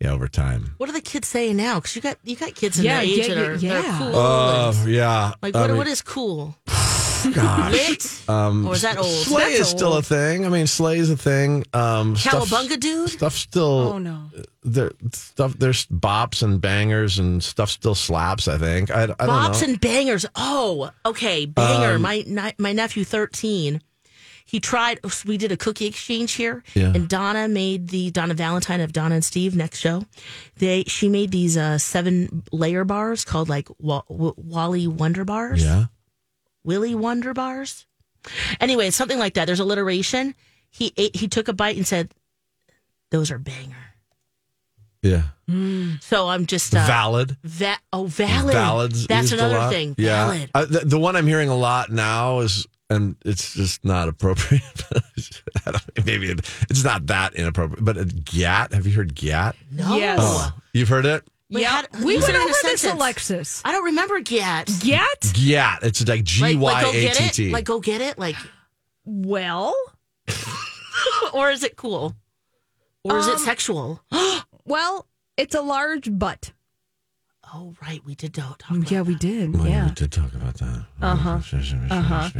Speaker 2: yeah, over time.
Speaker 1: What are the kids saying now? Because you got you got kids in
Speaker 3: Yeah,
Speaker 1: their age
Speaker 3: yeah,
Speaker 1: that are,
Speaker 3: yeah,
Speaker 1: that
Speaker 3: yeah.
Speaker 1: are cool.
Speaker 2: Oh
Speaker 1: and-
Speaker 2: yeah.
Speaker 1: like
Speaker 2: I
Speaker 1: what,
Speaker 2: mean, um,
Speaker 1: what is cool?
Speaker 2: gosh.
Speaker 1: Lit? or is that old?
Speaker 2: Slay
Speaker 3: That's
Speaker 2: is still a
Speaker 3: old.
Speaker 2: thing. I mean, Slay is a thing. Um, stuff-
Speaker 1: Cowabunga dude?
Speaker 2: Stuff still.
Speaker 3: Oh no.
Speaker 2: There, stuff. There's bops and bangers and stuff still slaps. I think. I, I don't
Speaker 1: Bops
Speaker 2: know. Um,
Speaker 1: and bangers. Oh, okay. Banger. my ni- my nephew, thirteen. He tried. oh, We did a cookie exchange here,
Speaker 2: Yeah.
Speaker 1: and Donna made the Donna Valentine of Donna and Steve next show. They she made these uh, seven layer bars called like Wa- W- Wally Wonder bars,
Speaker 2: yeah.
Speaker 1: Willy Wonder bars. Anyway, it's something like that. There's alliteration. He ate, he took a bite and said, "Those are banger."
Speaker 2: Yeah.
Speaker 1: So I'm just uh,
Speaker 2: Valid.
Speaker 1: va- oh valid.
Speaker 2: Valids.
Speaker 1: That's
Speaker 2: used a
Speaker 1: another
Speaker 2: lot.
Speaker 1: thing.
Speaker 2: Yeah.
Speaker 1: Valid.
Speaker 2: I, the, the one I'm hearing a lot now is, and it's just not appropriate. [LAUGHS] I don't, maybe it, it's not that inappropriate, but uh, gat. Have you heard gat?
Speaker 1: No.
Speaker 3: Yes.
Speaker 2: Oh, you've heard it.
Speaker 1: Wait,
Speaker 3: yeah,
Speaker 1: how-
Speaker 3: we
Speaker 1: use
Speaker 3: went
Speaker 1: it in a
Speaker 3: over this,
Speaker 1: sentence.
Speaker 3: Alexis.
Speaker 1: I don't remember yet.
Speaker 3: Yet?
Speaker 2: Gat. It's like G
Speaker 1: Like, like
Speaker 2: Y
Speaker 1: go
Speaker 2: A
Speaker 1: get
Speaker 2: T
Speaker 1: it.
Speaker 2: T.
Speaker 1: Like go get it. Like
Speaker 3: Well,
Speaker 1: or is it cool? Or
Speaker 3: Um,
Speaker 1: is it sexual?
Speaker 3: well, it's a large butt.
Speaker 1: Oh right, we did do- talk. About
Speaker 3: Mm, Yeah, we
Speaker 1: that.
Speaker 3: did.
Speaker 2: Well, yeah,
Speaker 3: yeah.
Speaker 2: we did talk about that. [LAUGHS]
Speaker 3: Uh-huh.
Speaker 2: Uh-huh.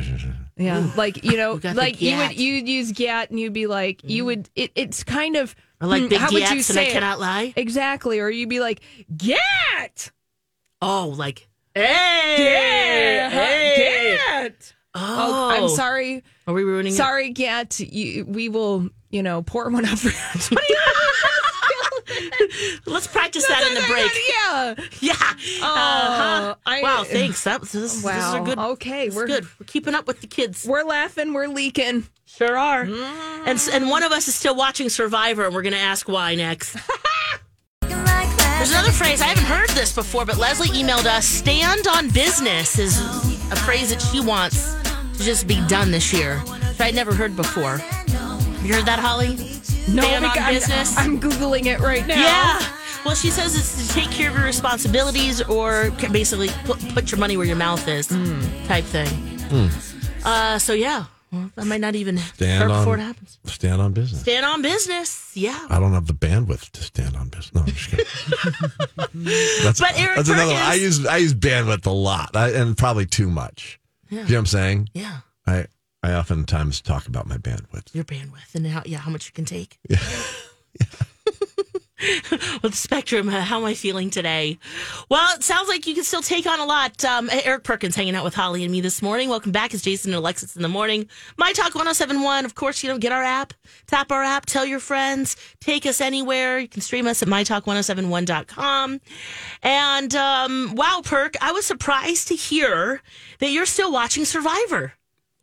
Speaker 3: Yeah, like you know,
Speaker 1: We got the
Speaker 3: like you would
Speaker 1: gyat.
Speaker 3: you'd use gyat and you'd be like you would it, it's kind of
Speaker 1: I like
Speaker 3: hmm,
Speaker 1: big
Speaker 3: how would you
Speaker 1: yaks and I
Speaker 3: say it?
Speaker 1: cannot lie.
Speaker 3: exactly or you'd be like gyat
Speaker 1: Oh, like hey,
Speaker 3: yeah
Speaker 1: hey.
Speaker 3: gyat
Speaker 1: Oh,
Speaker 3: oh I'm sorry
Speaker 1: Are we ruining? It?
Speaker 3: sorry gyat you, we will you know pour one up for [LAUGHS] you.
Speaker 1: Let's practice that
Speaker 3: [LAUGHS]
Speaker 1: in the break. [LAUGHS]
Speaker 3: yeah
Speaker 1: Yeah. Uh-huh.
Speaker 3: Oh, I-
Speaker 1: wow. Thanks. That, this, this is
Speaker 3: Wow.
Speaker 1: a good.
Speaker 3: Okay,
Speaker 1: this is
Speaker 3: we're-
Speaker 1: good. We're keeping up with the kids.
Speaker 3: we're laughing we're leaking
Speaker 1: Sure are. And s- and one of us is still watching Survivor, and we're going to ask why next. [LAUGHS] There's another phrase I haven't heard this before, but Leslie emailed us. Stand on business is a phrase that she wants to just be done this year, which I'd never heard before. You heard that, Holly? Stand on
Speaker 3: because I'm-
Speaker 1: business.
Speaker 3: I'm, googling it right now
Speaker 1: yeah. Well, she says it's to take care of your responsibilities or ca- basically put, put your money where your mouth is
Speaker 2: Hmm.
Speaker 1: type thing. Uh, so, yeah, well, I might not even
Speaker 2: Stand
Speaker 1: heard before
Speaker 2: on-
Speaker 1: it happens.
Speaker 2: Stand on business.
Speaker 1: Stand on business. Yeah.
Speaker 2: I don't have the bandwidth to stand on business. No, I'm
Speaker 1: [LAUGHS]
Speaker 2: just kidding. that's,
Speaker 1: But Eric
Speaker 2: that's another one. I
Speaker 1: Perkins-
Speaker 2: use I use bandwidth a lot I, and probably too much.
Speaker 1: Yeah.
Speaker 2: You know what I'm saying?
Speaker 1: Yeah.
Speaker 2: I I oftentimes talk about my bandwidth.
Speaker 1: your bandwidth and how yeah how much you can take. [LAUGHS] With Spectrum, uh, how am I feeling today? Well, it sounds like you can still take on a lot. Um, Eric Perkins hanging out with Holly and me this morning. Welcome back. It's Jason and Alexis in the morning. My Talk 1071. Of course, you know, get our app, tap our app, tell your friends, take us anywhere. You can stream us at mytalk1071.com. And um, wow, Perk, I was surprised to hear that you're still watching Survivor.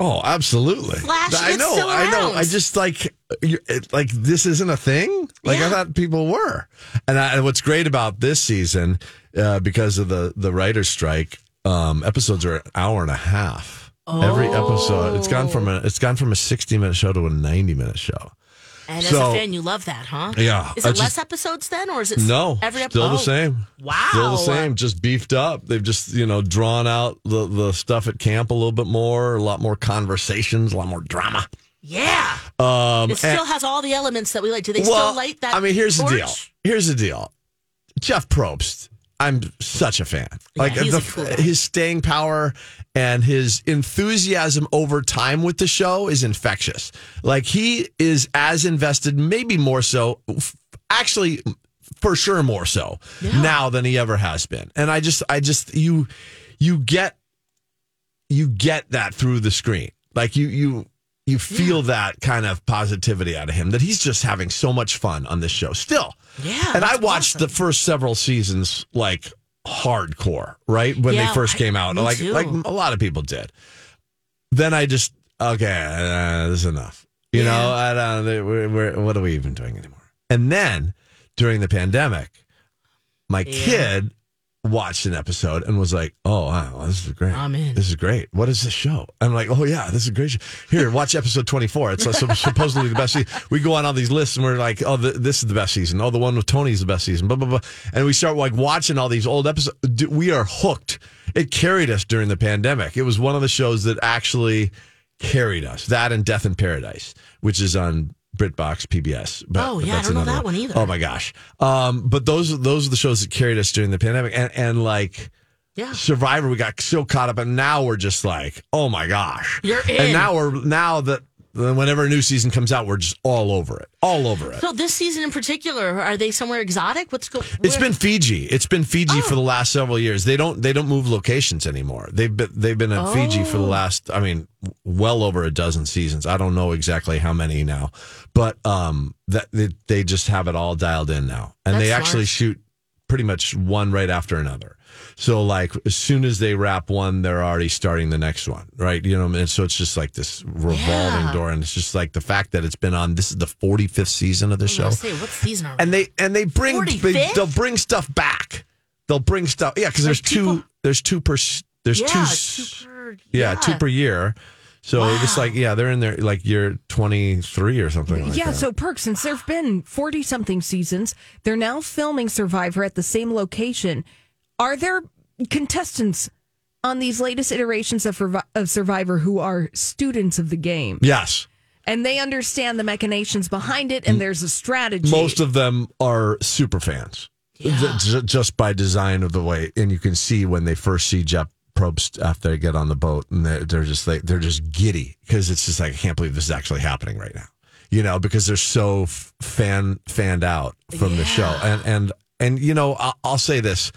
Speaker 2: Oh, absolutely.
Speaker 1: Flash,
Speaker 2: I
Speaker 1: it's
Speaker 2: know.
Speaker 1: still
Speaker 2: I know.
Speaker 1: around.
Speaker 2: I just like you- it- like this isn't a thing. Like I
Speaker 1: Yeah.
Speaker 2: thought people were. And, I, and what's great about this season uh, because of the the writer's strike. Um, episodes are an hour and a half. Every episode, it's gone from a it's gone from a sixty minute show to a ninety minute show.
Speaker 1: And as
Speaker 2: So-
Speaker 1: a fan, you love that, huh?
Speaker 2: Yeah,
Speaker 1: Is
Speaker 2: I
Speaker 1: it
Speaker 2: just-
Speaker 1: less episodes then, or is it
Speaker 2: No,
Speaker 1: every episode?
Speaker 2: still the same.
Speaker 1: Wow.
Speaker 2: still the same. Just beefed up. They've just you know drawn out the the stuff at camp a little bit more. A lot more conversations. A lot more drama.
Speaker 1: Yeah.
Speaker 2: Um,
Speaker 1: It still
Speaker 2: and-
Speaker 1: has all the elements that we like. Do they still like that?
Speaker 2: I mean, here's the deal.
Speaker 1: torch?
Speaker 2: Here's the deal. Jeff Probst, I'm such a fan. Like
Speaker 1: he's
Speaker 2: the-
Speaker 1: a cool guy.
Speaker 2: his staying power and his enthusiasm over time with the show is infectious. Like he is as invested, maybe more so, f- actually for sure more so now than he ever has been. And I just I just you you get you get that through the screen. Like you you you feel that kind of positivity out of him that he's just having so much fun on this show still.
Speaker 1: Yeah,
Speaker 2: And I
Speaker 1: that's
Speaker 2: watched the
Speaker 1: awesome.
Speaker 2: first several seasons like hardcore, right? When
Speaker 1: Yeah,
Speaker 2: they first
Speaker 1: I-
Speaker 2: came out.
Speaker 1: me
Speaker 2: Like
Speaker 1: too.
Speaker 2: like a lot of people did. Then I just okay, uh, this is enough. You know, I don't we're, we're, what are we even doing anymore? And then during the pandemic, my kid watched an episode and was like, "Oh wow, this is great!
Speaker 1: I'm in.
Speaker 2: This is great. What is this show?" I'm like, "Oh yeah, this is a great show. Here, watch episode 24. It's sup- supposedly the best." Season. We go on all these lists and we're like, "Oh, th- this is the best season. Oh, the one with Tony is the best season." Blah blah blah. And we start like watching all these old episodes. D- We are hooked. It carried us during the pandemic. It was one of the shows that actually carried us. That and Death in Paradise, which is on BritBox PBS. But
Speaker 1: Oh,
Speaker 2: but
Speaker 1: yeah, I
Speaker 2: that's
Speaker 1: don't know
Speaker 2: another
Speaker 1: that one either.
Speaker 2: Oh my gosh. Um, but those those are the shows that carried us during the pandemic, and and like
Speaker 1: Yeah.
Speaker 2: Survivor, we got so caught up, and now we're just like, oh my gosh,
Speaker 1: You're in.
Speaker 2: And now we're now that whenever a new season comes out, we're just all over it, all over it.
Speaker 1: So this season in particular, are they somewhere exotic? What's going?
Speaker 2: It's been Fiji. It's been Fiji for
Speaker 1: Oh.
Speaker 2: the last several years. They don't they don't move locations anymore. They've been they've been in Fiji for the
Speaker 1: Oh.
Speaker 2: last I mean well over a dozen seasons. I don't know exactly how many now, but um that they, they just have it all dialed in now, and
Speaker 1: That's
Speaker 2: they
Speaker 1: smart.
Speaker 2: actually shoot pretty much one right after another. So like as soon as they wrap one, they're already starting the next one, right? You know, and so it's just like this revolving
Speaker 1: Yeah.
Speaker 2: door, and it's just like the fact that it's been on. This is the forty fifth season of the
Speaker 1: I
Speaker 2: show
Speaker 1: was gonna say, what season are we?
Speaker 2: and they and they bring they,
Speaker 1: 45th?
Speaker 2: they'll bring stuff back. They'll bring stuff. Yeah, because there's two.
Speaker 1: people-
Speaker 2: There's two per. s- There's
Speaker 1: yeah,
Speaker 2: two. s-
Speaker 1: two per,
Speaker 2: yeah, two per year. So it's
Speaker 1: Wow.
Speaker 2: like yeah, they're in there like year twenty three or something. Like
Speaker 3: yeah,
Speaker 2: that.
Speaker 3: so Perk, since there've been forty something seasons, they're now filming Survivor at the same location. Are there contestants on these latest iterations of, Survi- of Survivor who are students of the game
Speaker 2: yes,
Speaker 3: and they understand the machinations behind it, and there's a strategy?
Speaker 2: most of them are super fans, Ju- ju- just by design of the way, and you can see when they first see Jeff. Probst after they get on the boat and they're, they're just like they're just giddy because it's just like I can't believe this is actually happening right now, you know, because they're so f- fan fanned out from the show and and and you know I'll, I'll say this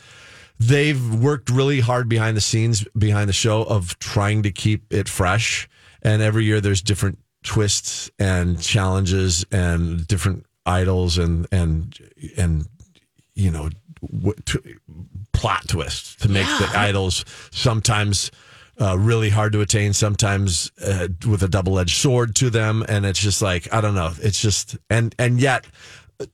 Speaker 2: they've worked really hard behind the scenes behind the show of trying to keep it fresh and every year there's different twists and challenges and different idols and and and you know w- t- plot twists to make the idols sometimes uh, really hard to attain sometimes uh, with a double-edged sword to them and it's just like i don't know it's just and and yet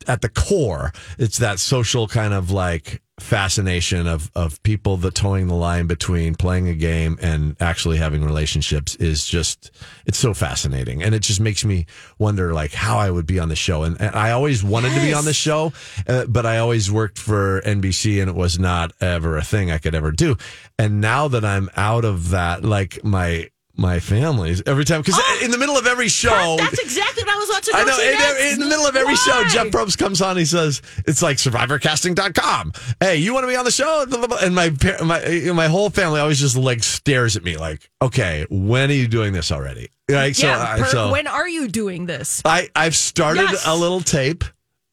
Speaker 2: at the core, it's that social kind of like fascination of of people that towing the line between playing a game and actually having relationships is just it's so fascinating and it just makes me wonder like how I would be on the show and, and I always wanted to be on the show uh, but I always worked for NBC and it was not ever a thing I could ever do and now that I'm out of that like my my families every time because in the middle of every show
Speaker 1: That's exactly what I was about to go
Speaker 2: I know.
Speaker 1: to
Speaker 2: In,
Speaker 1: next.
Speaker 2: in the middle of every show,
Speaker 1: Why?
Speaker 2: Jeff Probst comes on. He says, "It's like SurvivorCasting.com. Hey, you want to be on the show?" Blah, blah, blah. And my par- my my whole family always just like stares at me, like, "Okay, when are you doing this already?" Right? So,
Speaker 3: yeah,
Speaker 2: I,
Speaker 3: Perk,
Speaker 2: so
Speaker 3: when are you doing this?
Speaker 2: I I've started
Speaker 1: Yes.
Speaker 2: a little tape.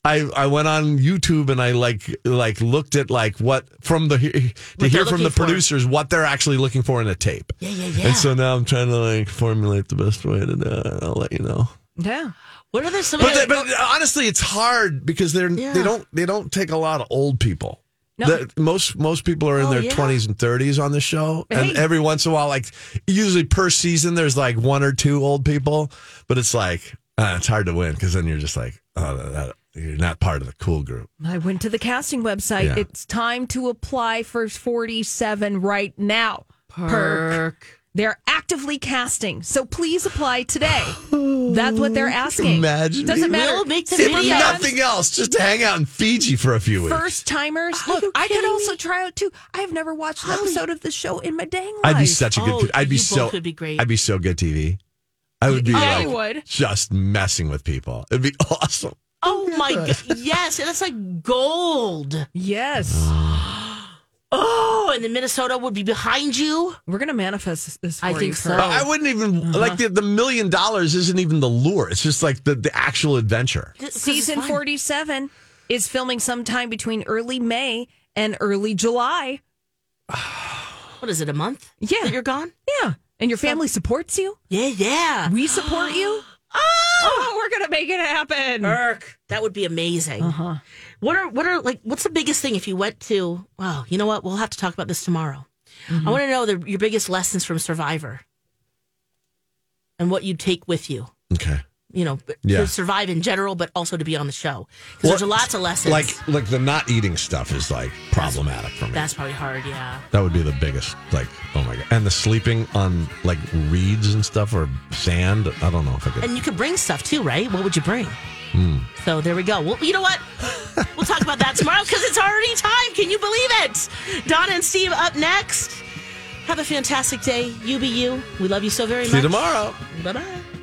Speaker 2: I, I went on YouTube and I like like looked at like what from the to
Speaker 1: What
Speaker 2: hear
Speaker 1: they're
Speaker 2: from the
Speaker 1: looking for.
Speaker 2: producers what they're actually looking for in a tape.
Speaker 1: Yeah, yeah, yeah.
Speaker 2: And so now I'm trying to like formulate the best way to do it. I'll let you know.
Speaker 3: Yeah.
Speaker 1: what are there some?
Speaker 2: But,
Speaker 1: other-
Speaker 2: [LAUGHS] they, but honestly, it's hard because they're
Speaker 1: Yeah.
Speaker 2: they don't they don't take a lot of old people.
Speaker 3: No.
Speaker 2: The- most most people are in
Speaker 1: Oh,
Speaker 2: their
Speaker 1: yeah.
Speaker 2: twenties and thirties on the show, and
Speaker 3: Hey.
Speaker 2: every once in a while, like usually per season, there's like one or two old people. But it's like uh, it's hard to win because then you're just like, oh, that, you're not part of the cool group.
Speaker 3: I went to the casting website.
Speaker 2: Yeah.
Speaker 3: It's time to apply for 47 right now.
Speaker 8: Perk.
Speaker 3: They're actively casting, so please apply today. That's what they're asking.
Speaker 2: Imagine
Speaker 3: Doesn't
Speaker 2: me.
Speaker 3: matter.
Speaker 1: We'll make the
Speaker 2: If
Speaker 1: Video.
Speaker 2: nothing else, just to hang out in Fiji for a few weeks.
Speaker 3: First timers.
Speaker 1: Are
Speaker 3: Look,
Speaker 1: you
Speaker 3: I could
Speaker 1: kidding
Speaker 3: also
Speaker 1: me?
Speaker 3: try out too. I have never watched an episode of the show in my dang life.
Speaker 2: I'd be such a good.
Speaker 1: Oh,
Speaker 2: kid. I'd be
Speaker 1: you
Speaker 2: so.
Speaker 1: both would be great.
Speaker 2: I'd be so good TV. I would be
Speaker 3: Yeah,
Speaker 2: like
Speaker 3: I would.
Speaker 2: just messing with people. It'd be [LAUGHS] awesome.
Speaker 1: Oh my god! Yes, that's like gold.
Speaker 3: Yes,
Speaker 1: Oh, and the Minnesota would be behind you.
Speaker 3: we're gonna manifest this- this. For
Speaker 1: I
Speaker 3: you,
Speaker 1: think so.
Speaker 3: Kurt.
Speaker 2: I wouldn't even
Speaker 1: Uh-huh.
Speaker 2: like the, the million dollars isn't even the lure. It's just like the, the actual adventure.
Speaker 1: This- this is
Speaker 3: Season
Speaker 1: fun.
Speaker 3: 47 is filming sometime between early May and early July.
Speaker 1: What is it? A month?
Speaker 3: Yeah.
Speaker 1: that you're gone.
Speaker 3: Yeah, and your family supports you.
Speaker 1: Yeah, yeah.
Speaker 3: We support you. [GASPS] Oh, we're gonna make it happen.
Speaker 1: Burke. That would be amazing. Uh-huh. What are what are like what's the biggest thing if you went to well, you know what? We'll have to talk about this tomorrow.
Speaker 3: Mm-hmm.
Speaker 1: I want to know the, your biggest lessons from Survivor and what you'd take with you.
Speaker 2: Okay.
Speaker 1: You know, b-
Speaker 2: Yeah.
Speaker 1: to survive in general, but also to be on the show because
Speaker 2: Well,
Speaker 1: there's a lots of lessons.
Speaker 2: Like like the not eating stuff is like problematic for me.
Speaker 1: that's probably hard. Yeah,
Speaker 2: that would be the biggest like oh my god. And the sleeping on like reeds and stuff or sand. I don't know if I could.
Speaker 1: and you could bring stuff too, right? What would you bring?
Speaker 2: Hmm.
Speaker 1: So there we go. Well, you know what? we'll talk about that tomorrow because it's already time. Can you believe it? Donna and Steve up next. Have a fantastic day. You be you. We love you so very
Speaker 2: See you
Speaker 1: much.
Speaker 2: tomorrow.
Speaker 1: Bye bye.